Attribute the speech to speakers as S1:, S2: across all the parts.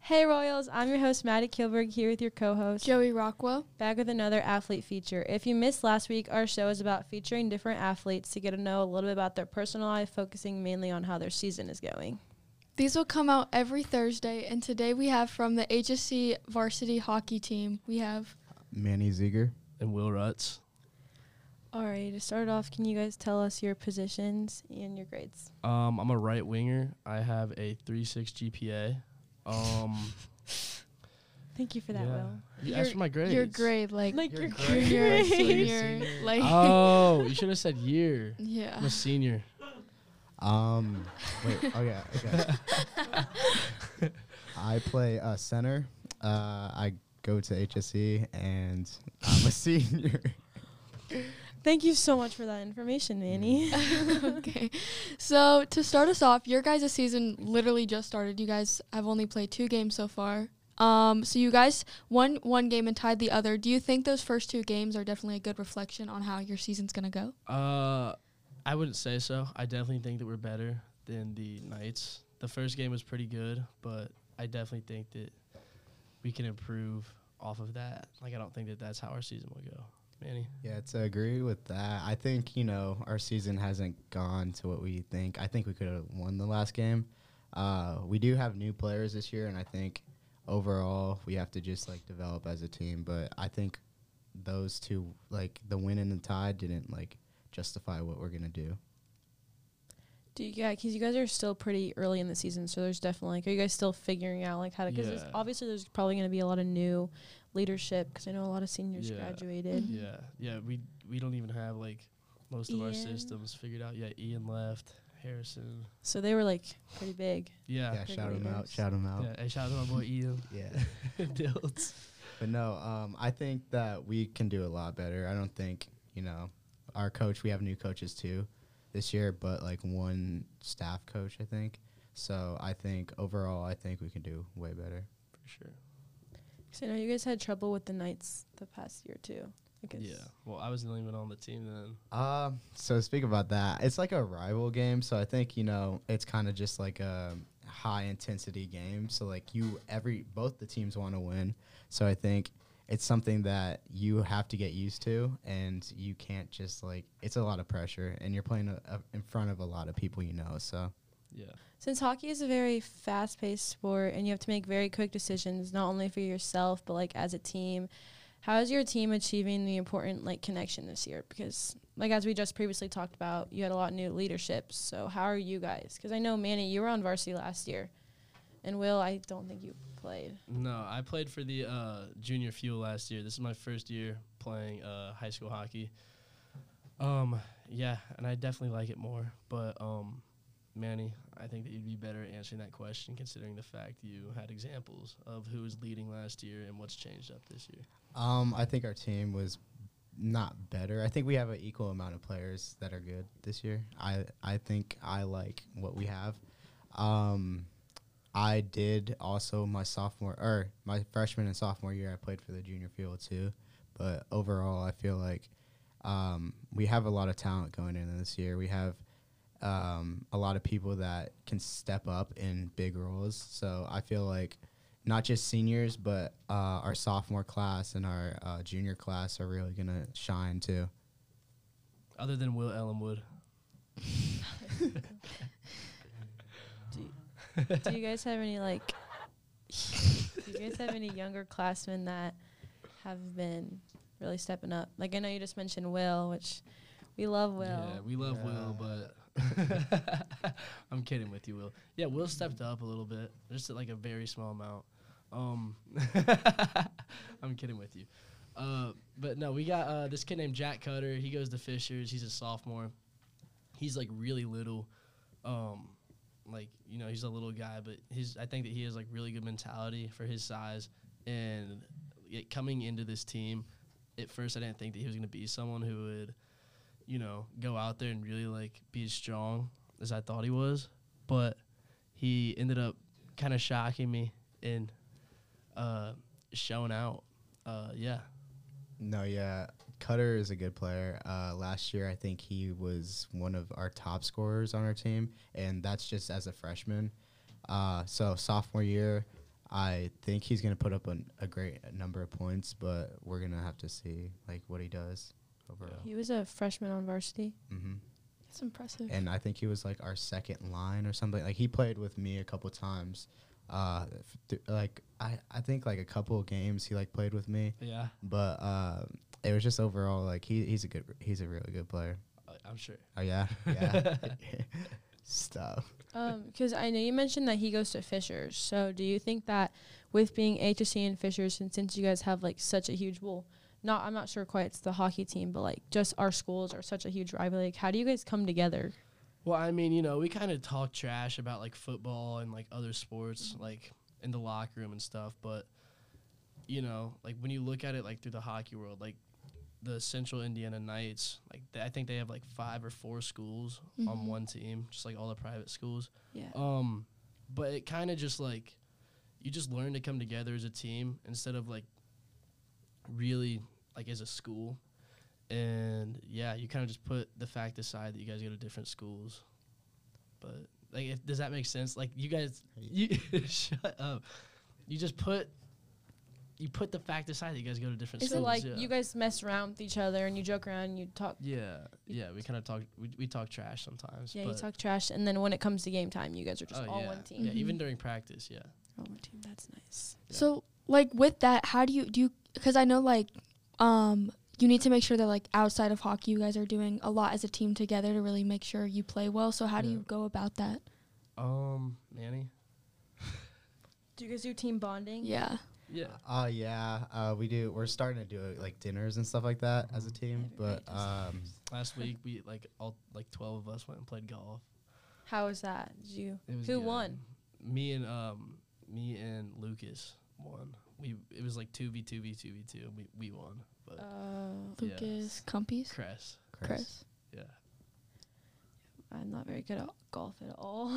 S1: Hey Royals, I'm your host Maddie Kilberg here with your co-host
S2: Joey Rockwell.
S1: back with another athlete feature. If you missed last week, our show is about featuring different athletes to get to know a little bit about their personal life, focusing mainly on how their season is going.
S2: These will come out every Thursday, and today we have from the HSC varsity hockey team. We have
S3: Manny Ziegler.
S4: and Will Rutz.
S1: All right, to start off, can you guys tell us your positions and your grades?
S4: Um, I'm a right winger. I have a 3.6 GPA. Um,
S1: Thank you for that,
S4: yeah.
S1: Will.
S4: You
S2: Your-
S4: asked for my grades.
S2: your grade, like,
S1: Like
S3: Your
S1: your
S3: grades.
S2: junior,
S1: grades.
S2: senior,
S3: Senior.
S2: like
S4: Oh, you should have said year.
S2: yeah.
S4: I'm a senior.
S3: Um, wait. Oh yeah. Okay. I play uh, center. Uh, I go to HSE, and I'm a senior.
S1: Thank you so much for that information, Manny.
S2: okay. So to start us off, your guys' season literally just started. You guys have only played two games so far. Um, so you guys won one game and tied the other. Do you think those first two games are definitely a good reflection on how your season's gonna go?
S4: Uh, I wouldn't say so. I definitely think that we're better than the Knights. The first game was pretty good, but I definitely think that we can improve off of that. Like, I don't think that that's how our season will go. Manny.
S3: yeah, to agree with that, I think you know our season hasn't gone to what we think. I think we could have won the last game. Uh, we do have new players this year, and I think overall we have to just like develop as a team. But I think those two, like the win and the tie, didn't like justify what we're gonna do.
S1: Do you guys? Because you guys are still pretty early in the season, so there's definitely like, are you guys still figuring out like how to? Because
S4: Yeah.
S1: obviously there's probably going to be a lot of new leadership. Because I know a lot of seniors
S4: Yeah.
S1: graduated.
S4: Yeah, yeah. We we don't even have like most of our
S1: Ian.
S4: systems figured out. Yeah, Ian left. Harrison.
S1: So they were like pretty big.
S4: Yeah.
S3: Yeah,
S4: Yeah.
S3: shout him out.
S1: Leaders.
S3: Shout him out.
S4: hey, shout out to my boy Ian.
S3: yeah.
S4: Dilts.
S3: But no, um, I think that we can do a lot better. I don't think you know our coach. We have new coaches too this year, but like one staff coach, I think. So I think overall, I think we can do way better.
S4: For sure.
S1: Because I know you guys had trouble with the Knights the past year too. Because
S4: Yeah. Well, I wasn't even on the team then.
S3: Um, so speak about that. It's like a rival game, so I think you know it's kind of just like a high intensity game. So like you, every both the teams want to win. So I think it's something that you have to get used to, and you can't just like it's a lot of pressure, and you're playing a, a, in front of a lot of people you know. So
S4: Yeah.
S1: Since hockey is a very fast paced sport and you have to make very quick decisions, not only for yourself, but like as a team, how is your team achieving the important like connection this year? Because, like, as we just previously talked about, you had a lot of new leadership. So, how are you guys? Because I know, Manny, you were on varsity last year. And, Will, I don't think you played.
S4: No, I played for the uh, junior fuel last year. This is my first year playing uh, high school hockey. Um, yeah, and I definitely like it more. But um, Manny, I think that you'd be better at answering that question, considering the fact you had examples of who was leading last year and what's changed up this year.
S3: um, I think our team was not better. I think we have an equal amount of players that are good this year. I I think I like what we have. Um, I did also my sophomore or my freshman and sophomore year. I played for the junior field too, but overall, I feel like um, we have a lot of talent going into this year. We have um, a lot of people that can step up in big roles. So I feel like not just seniors, but uh, our sophomore class and our uh, junior class are really gonna shine too.
S4: Other than Will Ellenwood,
S1: Do you guys have any, like, do you guys have any younger classmen that have been really stepping up? Like, I know you just mentioned Will, which we love Will.
S4: Yeah, we love Will, but I'm kidding with you, Will. Yeah, Will stepped up a little bit, just like a very small amount. Um, I'm kidding with you. Uh, but no, we got uh, this kid named Jack Cutter. He goes to Fishers. He's a sophomore. He's like really little. Um, like you know, he's a little guy, but his I think that he has like really good mentality for his size. And yet coming into this team, at first I didn't think that he was going to be someone who would you know, go out there and really like be as strong as I thought he was. But he ended up kind of shocking me and uh, showing out. Uh, yeah,
S3: No, yeah, Cutter is a good player. Uh, last year, I think he was one of our top scorers on our team, and that's just as a freshman. Uh, so sophomore year, I think he's going to put up an, a great number of points, but we're going to have to see like what he does overall.
S1: He was a freshman on varsity.
S3: hmm
S2: That's impressive.
S3: And I think he was like our second line or something. Like he played with me a couple times. Uh, f- th- like I, I think like a couple of games he like played with me,
S4: Yeah,
S3: but uh, it was just overall like he, he's a good he's a really good player.
S4: I- I'm sure.
S3: Oh yeah, yeah. Stuff.
S1: Because Um, I know you mentioned that he goes to Fishers. So do you think that with being HSC and Fishers, and since you guys have like such a huge, well, not I'm not sure quite it's the hockey team, but like just our schools are such a huge rivalry. Like, how do you guys come together?
S4: Well, I mean, you know, we kind of talk trash about like football and like other sports, like in the locker room and stuff. But you know, like when you look at it like through the hockey world, like the Central Indiana Knights, like th- I think they have like five or four schools on
S2: Mhm.
S4: one team, just like all the private schools.
S1: Mm-hmm. Yeah.
S4: Um, but it kind of just like you just learn to come together as a team instead of like really like as a school. And yeah, you kind of just put the fact aside that you guys go to different schools. But like, if, does that make sense? Like, you guys, you shut up. You just put you put the fact aside that you guys go to different
S1: Is it
S4: schools.
S1: like
S4: yeah.
S1: you guys mess around with each other and you joke around and you talk?
S4: Yeah, yeah. We kind of talk. We, we talk trash sometimes.
S1: Yeah,
S4: but
S1: you talk trash, and then when it comes to game time, you guys are just
S4: oh,
S1: all
S4: yeah.
S1: one team.
S4: Yeah, even
S2: Mhm.
S4: during practice. Yeah.
S1: All one team. That's nice.
S4: Yeah.
S2: So like with that, how do you do? Because I know like um you need to make sure that like outside of hockey, you guys are doing a lot as a team together to really make sure you play well. So how do
S4: Yeah.
S2: you go about that?
S4: Um, Manny.
S1: Do you guys do team bonding?
S2: Yeah.
S4: Yeah.
S3: Uh, yeah, uh, we do. We're starting to do uh, like dinners and stuff like that as a team,
S1: Everybody
S3: but
S1: does
S3: um,
S4: Last week we like all like twelve of us went and played golf.
S1: How was that? Did you?
S4: It was
S1: Who
S4: good.
S1: won?
S4: Me and um me and Lucas won. We it was like two v two v two v two and we, we won. But
S1: Uh,
S4: Yeah.
S2: Lucas Cumpies.
S4: Cress.
S3: Chris.
S2: Chris.
S4: Yeah.
S1: I'm not very good at golf at all.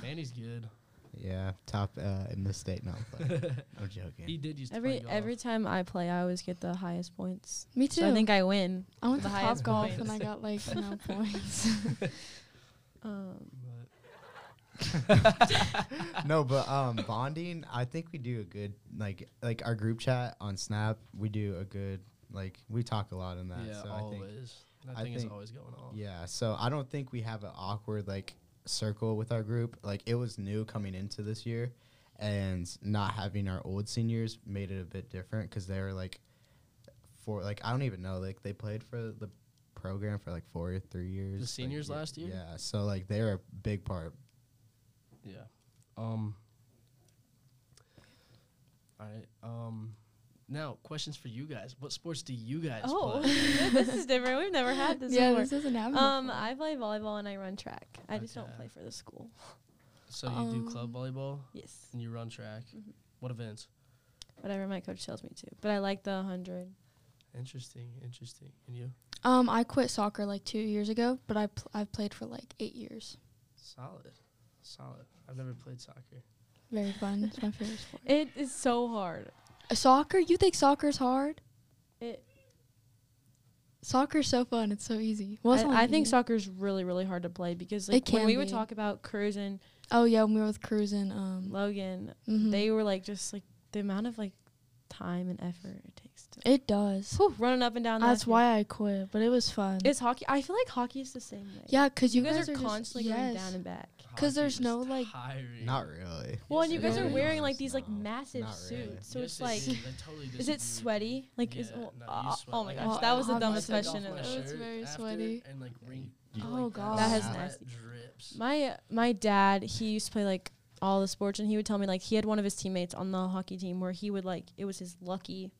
S4: Manny's good.
S3: Yeah, top uh, in the state. No, I'm playing. I'm joking.
S4: He did used to
S1: Every
S4: play golf.
S1: every time I play, I always get the highest points.
S2: Me too.
S1: So I think I win.
S2: I went
S1: the
S2: to
S1: highest
S2: Top Golf
S1: points.
S2: and I got like no points.
S1: Um,
S4: but
S3: no, but um, bonding. I think we do a good like like our group chat on Snap. We do a good like we talk a lot in that.
S4: yeah,
S3: so I think
S4: always. That
S3: I
S4: thing is
S3: think-
S4: always going on.
S3: yeah. So I don't think we have an awkward like circle with our group. Like it was new coming into this year, and not having our old seniors made it a bit different because they were like for like I don't even know like they played for the program for like four or three years. like,
S4: seniors
S3: yeah-
S4: last year?
S3: Yeah. So like they're a big part.
S4: Yeah. Um. All right. Um. Now, questions for you guys. What sports do you guys
S1: oh,
S4: play?
S1: this is different. We've never had this
S2: yeah,
S1: before.
S2: this doesn't happen.
S1: Um,
S2: before.
S1: I play volleyball and I run track. I just don't
S4: Okay.
S1: play for the school.
S4: So you do club
S2: Um,
S4: volleyball
S1: Yes,
S4: and you run track.
S1: Mhm.
S4: What events?
S1: whatever my coach tells me to. But I like the hundred.
S4: Interesting. Interesting. And you?
S2: um I quit soccer like two years ago, but I pl- I've played for like eight years.
S4: Solid. Solid. I've never played soccer.
S2: Very fun. it's my favorite sport.
S1: It is so hard.
S2: Uh, soccer? You think soccer's hard?
S1: It.
S2: Soccer's so fun. It's so easy. Well, it's not
S1: I, I think
S2: easy.
S1: soccer's really really hard to play because like
S2: It
S1: when
S2: can
S1: we would
S2: be.
S1: talk about Cruz and
S2: Oh yeah, when we were with Cruz and
S1: Mm-hmm.
S2: um,
S1: Logan,
S2: mhm.
S1: they were like just like the amount of like time and effort it takes to
S2: It does.
S1: Whew, running up and down. that
S2: That's
S1: field.
S2: why I quit, but it was fun.
S1: It's hockey. I feel like hockey is the same way.
S2: yeah, cause
S1: you,
S2: you,
S1: guys, are,
S2: just-
S1: constantly going
S2: yes.
S1: down and back.
S2: 'Cause there's
S4: Hockey's
S2: no, like-
S4: tiring.
S3: Not really.
S1: Well, and you
S2: it
S1: guys are
S2: is.
S1: wearing like
S3: Honest,
S1: these like
S3: no.
S1: massive
S3: Not really.
S1: suits, so
S4: Yes,
S1: it's
S4: it
S1: like,
S4: is. I totally
S1: is it
S4: disagree.
S1: sweaty? Like, is
S4: Yeah,
S1: oh,
S4: no, you
S1: uh,
S4: sweat
S1: oh my
S4: like-
S1: gosh,
S2: Oh,
S1: that was the
S2: I
S1: dumbest
S2: must have
S1: question
S2: gone
S1: ever.
S2: for sure. It's very
S4: after
S2: sweaty.
S4: And like ring.
S3: You-
S2: Oh,
S4: like
S2: God.
S1: That has
S4: sweat
S1: nasty-
S4: drips.
S1: My my dad, he used to play like all the sports, and he would tell me like he had one of his teammates on the hockey team where he would like it was his lucky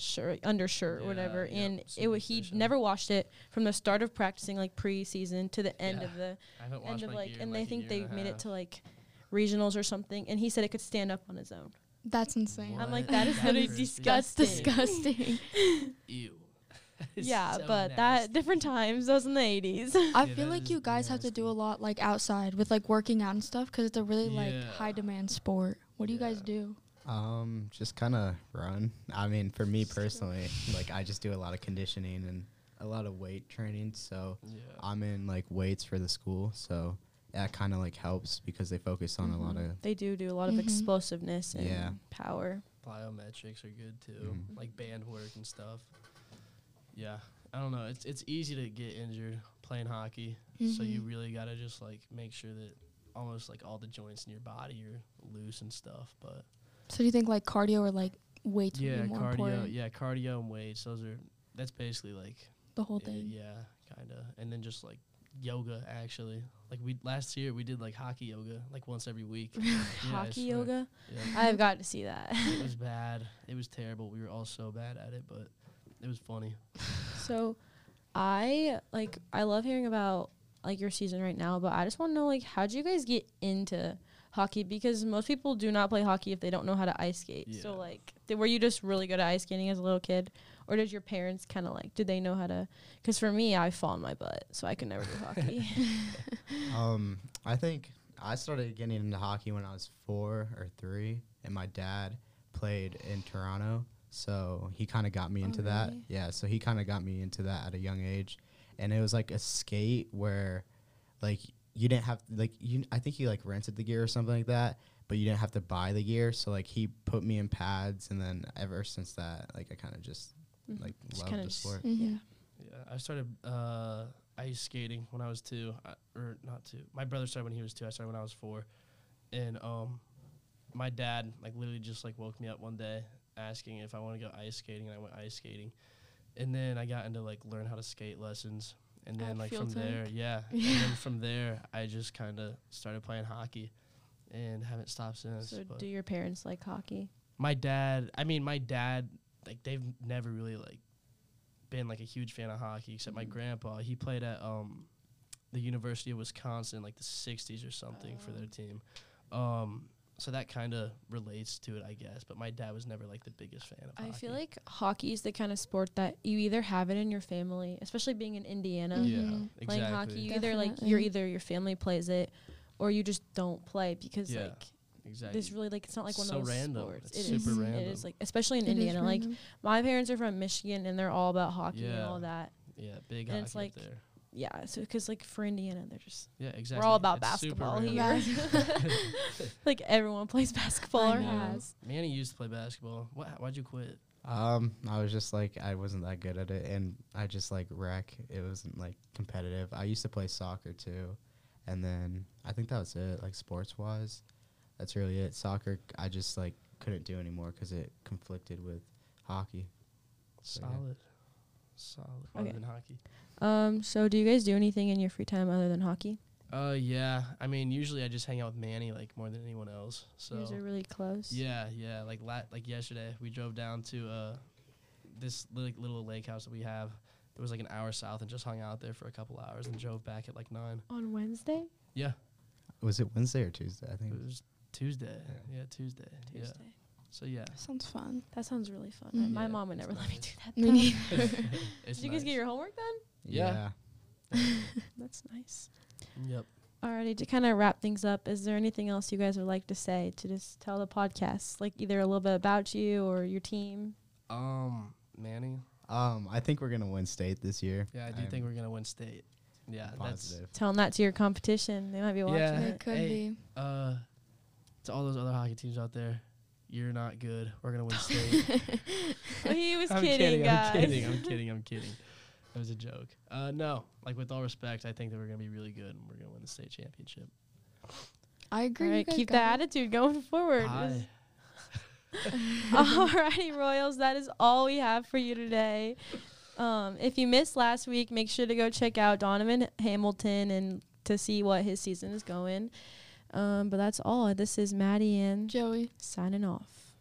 S1: shirt, undershirt, or
S4: Yeah,
S1: whatever,
S4: yep,
S1: and it would he
S4: superstition.
S1: never washed it from the start of practicing like preseason to the end
S4: Yeah.
S1: of the
S4: I haven't washed
S1: end of
S4: my
S1: like,
S4: gear in,
S1: and
S4: like,
S1: they
S4: a
S1: think
S4: year
S1: they
S4: and a
S1: made it
S4: half.
S1: to like regionals or something, and he said it could stand up on its own.
S2: That's insane.
S1: I'm like,
S4: What?
S1: that is
S4: That
S1: literally
S4: is
S1: disgusting.
S2: That's disgusting.
S4: Ew.
S1: yeah, but that different times. That was in the 80s.
S2: I
S4: Yeah,
S2: feel
S4: that
S2: like
S4: is
S2: you guys have to do a
S4: nasty.
S2: lot like outside with like working out and stuff, cause it's a really like
S4: Yeah.
S2: high demand sport. What do you guys
S4: Yeah.
S2: do?
S3: Um, just kind of run. I mean, for me personally, like I just do a lot of conditioning and a lot of weight training. So
S4: Yeah.
S3: I'm in like weights for the school. So that kind of like helps because they focus on a lot of
S1: They do do a lot
S2: Mhm.
S1: of explosiveness and
S3: Yeah.
S1: power.
S4: Plyometrics are good too,
S3: Mhm.
S4: like band work and stuff. Yeah, I don't know. It's it's easy to get injured playing hockey, so you
S2: Mhm.
S1: Mm-hmm.
S4: really gotta just like make sure that almost like all the joints in your body are loose and stuff. But
S2: So do you think like cardio or like weights
S4: yeah,
S2: would be more
S4: cardio,
S2: important?
S4: yeah, cardio and weights. Those are that's basically like
S2: The whole
S4: Yeah,
S2: thing.
S4: Yeah, kind of. And then just like yoga, actually. Like we last year, we did like hockey yoga, like once every week. Yeah, I
S1: Hockey
S4: swear.
S1: yoga.
S4: Yeah,
S1: I've got to see that.
S4: it was bad. It was terrible. We were all so bad at it, but it was funny.
S1: So I like I love hearing about like your season right now, but I just want to know like how would you guys get into hockey because most people do not play hockey if they don't know how to ice skate. So
S4: Yeah.
S1: like th- were you just really good at ice skating as a little kid or did your parents kind of like did they know how to cuz for me I fall on my butt, so I could never do hockey.
S3: Um, I think I started getting into hockey when I was four or three, and my dad played in Toronto, so he kind of got me
S1: Oh,
S3: into that.
S1: really?
S3: Yeah, so he kind of got me into that at a young age, and it was like a skate where, like, you didn't have like you. I think he like rented the gear or something like that, but you didn't have to buy the gear. So like he put me in pads, and then ever since that, like I kind of just
S1: Mhm.
S3: like
S1: Just
S3: loved
S1: kinda
S3: the
S1: just-
S3: sport.
S2: Mhm.
S4: Yeah, I started uh, ice skating when I was two, I, or not two. My brother started when he was two. I started when I was four, and um, my dad like literally just like woke me up one day asking if I want to go ice skating, and I went ice skating, and then I got into like learn how to skate lessons, and then
S2: At
S4: like from
S2: Field
S4: there,
S2: Tank?
S4: yeah, and then from there I just kind of started playing hockey, and haven't stopped since.
S1: so
S4: but-
S1: do your parents like hockey?
S4: my dad i mean my dad like they've never really like been like a huge fan of hockey except
S1: Mm-hmm.
S4: my grandpa he played at um the university of wisconsin like the 60s or something for
S1: Oh.
S4: their team um so that kind of relates to it i guess but my dad was never like the biggest fan of
S1: I
S4: hockey
S1: feel like hockey is the kind of sport that you either have it in your family, especially being in Indiana.
S4: yeah
S2: Mhm.
S4: exactly
S1: playing hockey you either like
S2: Definitely.
S1: you're either your family plays it or you just don't play because
S4: Yeah,
S1: like
S4: exactly
S1: this really like it's not like one
S4: So
S1: of those
S4: random.
S1: sports
S4: It's
S1: It is- it
S2: super
S4: random.
S1: is like especially in
S2: It is
S1: indiana like
S2: random.
S1: my parents are from michigan and they're all about hockey and
S4: Yeah.
S1: all that
S4: yeah big
S1: and
S4: hockey
S1: it's
S4: up
S1: like-
S4: there
S1: yeah so because like for indiana they're just
S4: yeah exactly
S1: we're all about
S4: It's super
S1: basketball
S4: random.
S1: here like everyone plays basketball
S2: I
S1: or
S2: know.
S1: has
S4: manny used to play basketball what, why'd you quit
S3: Um, I was just like I wasn't that good at it, and I just like wreck. It wasn't like competitive. I used to play soccer too, and then I think that was it. Like sports wise, that's really it. Soccer, I just like couldn't do anymore because it conflicted with hockey. So, yeah.
S4: solid solid other
S1: Okay.
S4: than hockey
S1: um so do you guys do anything in your free time other than hockey
S4: Uh, yeah. I mean, usually I just hang out with Manny like more than anyone else. So
S1: you guys are really close
S4: yeah, yeah. Like la- like yesterday, we drove down to uh this li- little lake house that we have. It was like an hour south, and just hung out there for a couple hours, and drove back at like nine.
S1: on wednesday
S4: Yeah,
S3: Was it Wednesday or Tuesday? I
S4: it
S3: think.
S4: was Tuesday. Yeah, Tuesday.
S1: tuesday
S4: Yeah. So yeah,
S2: Sounds fun.
S1: that sounds really fun
S2: Mhm.
S1: my
S4: Mm-hmm. Yeah,
S1: mom would
S4: it's
S1: never let me
S4: nice.
S1: do that
S2: Me
S1: though.
S2: neither.
S4: it's
S1: did you guys get
S4: nice.
S1: your homework done
S4: Yeah.
S1: that's nice
S4: Yep.
S1: Alrighty, to kind of wrap things up, is there anything else you guys would like to say to just tell the podcast, like either a little bit about you or your team?
S4: Um, Manny.
S3: Um, I think we're gonna win state this year.
S4: Yeah, I do
S3: I'm
S4: think we're gonna win state. Yeah, that's
S3: positive.
S1: Tell them that to your competition; they might be watching
S4: Yeah.
S1: it.
S2: It could
S4: Hey.
S2: be.
S4: uh to all those other hockey teams out there. You're not good. We're gonna win state.
S1: he was
S4: I'm
S1: kidding, guys.
S4: I'm kidding. I'm kidding. I'm kidding. That was a joke. Uh, no, like with all respect, I think that we're gonna be really good and we're gonna win the state championship.
S2: I
S1: All
S2: agree. you
S1: right,
S2: guys
S1: keep
S2: got
S1: that
S2: it.
S1: attitude going forward.
S4: Hi.
S1: Alrighty, Royals, that is all we have for you today. Um, if you missed last week, make sure to go check out Donovan Hamilton and to see what his season is going. Um, but that's all. This is Maddie and
S2: Joey.
S1: signing off.